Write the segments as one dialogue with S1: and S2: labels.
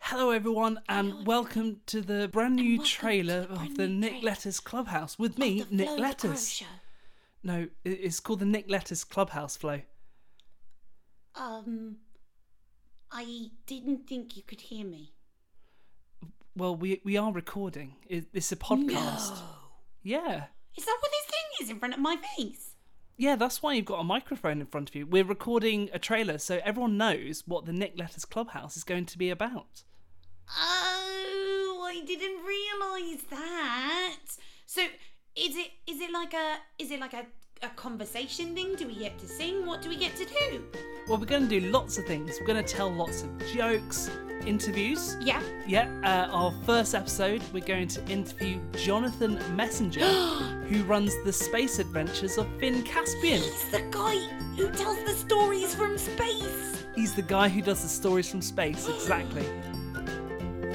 S1: Hello, everyone, and
S2: Hello,
S1: welcome to the brand new
S2: welcome to
S1: trailer
S2: the brand
S1: of the
S2: new
S1: Nick
S2: trailer
S1: Letters Clubhouse with me,
S2: The
S1: Nick
S2: Flow the Crow
S1: Letters.
S2: Show.
S1: No, i- it's called the Nick Letters Clubhouse Flow.
S2: Um, I didn't think you could hear me.
S1: Well, we we are recording. I- It's a podcast.
S2: No.
S1: Yeah,
S2: Is that what this thing is in front of my face?
S1: yeah. That's why you've got a microphone in front of you. We're recording a trailer, so everyone knows what the Nick Letters Clubhouse is going to be about.
S2: Oh, I didn't realise that. So, is it is it like a is it like a a conversation thing? Do we get to sing? What do we get to do?
S1: Well, we're going to do lots of things. We're going to tell lots of jokes, interviews.
S2: Yeah.
S1: Yeah, uh, our first episode, we're going to interview Jonathan Messenger, who runs the space adventures of Finn Caspian.
S2: He's the guy who tells the stories from space.
S1: He's the guy who does the stories from space, exactly.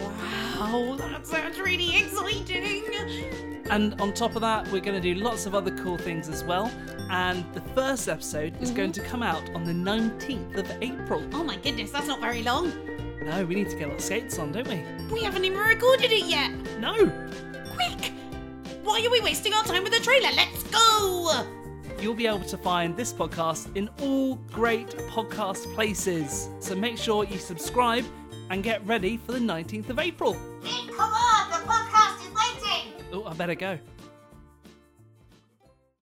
S2: Wow, that sounds really exciting.
S1: And on top of that, we're going to do lots of other cool things as well. And the first episode is going to come out on the 19th of April.
S2: Oh my goodness, that's not very long.
S1: No, we need to get our skates on, don't we?
S2: We haven't even recorded it yet.
S1: No!
S2: Quick! Why are we wasting our time with the trailer? Let's go!
S1: You'll be able to find this podcast in all great podcast places. So make sure you subscribe and get ready for the 19th of April.
S3: Hey, come on, the podcast is waiting!
S1: Oh, I better go.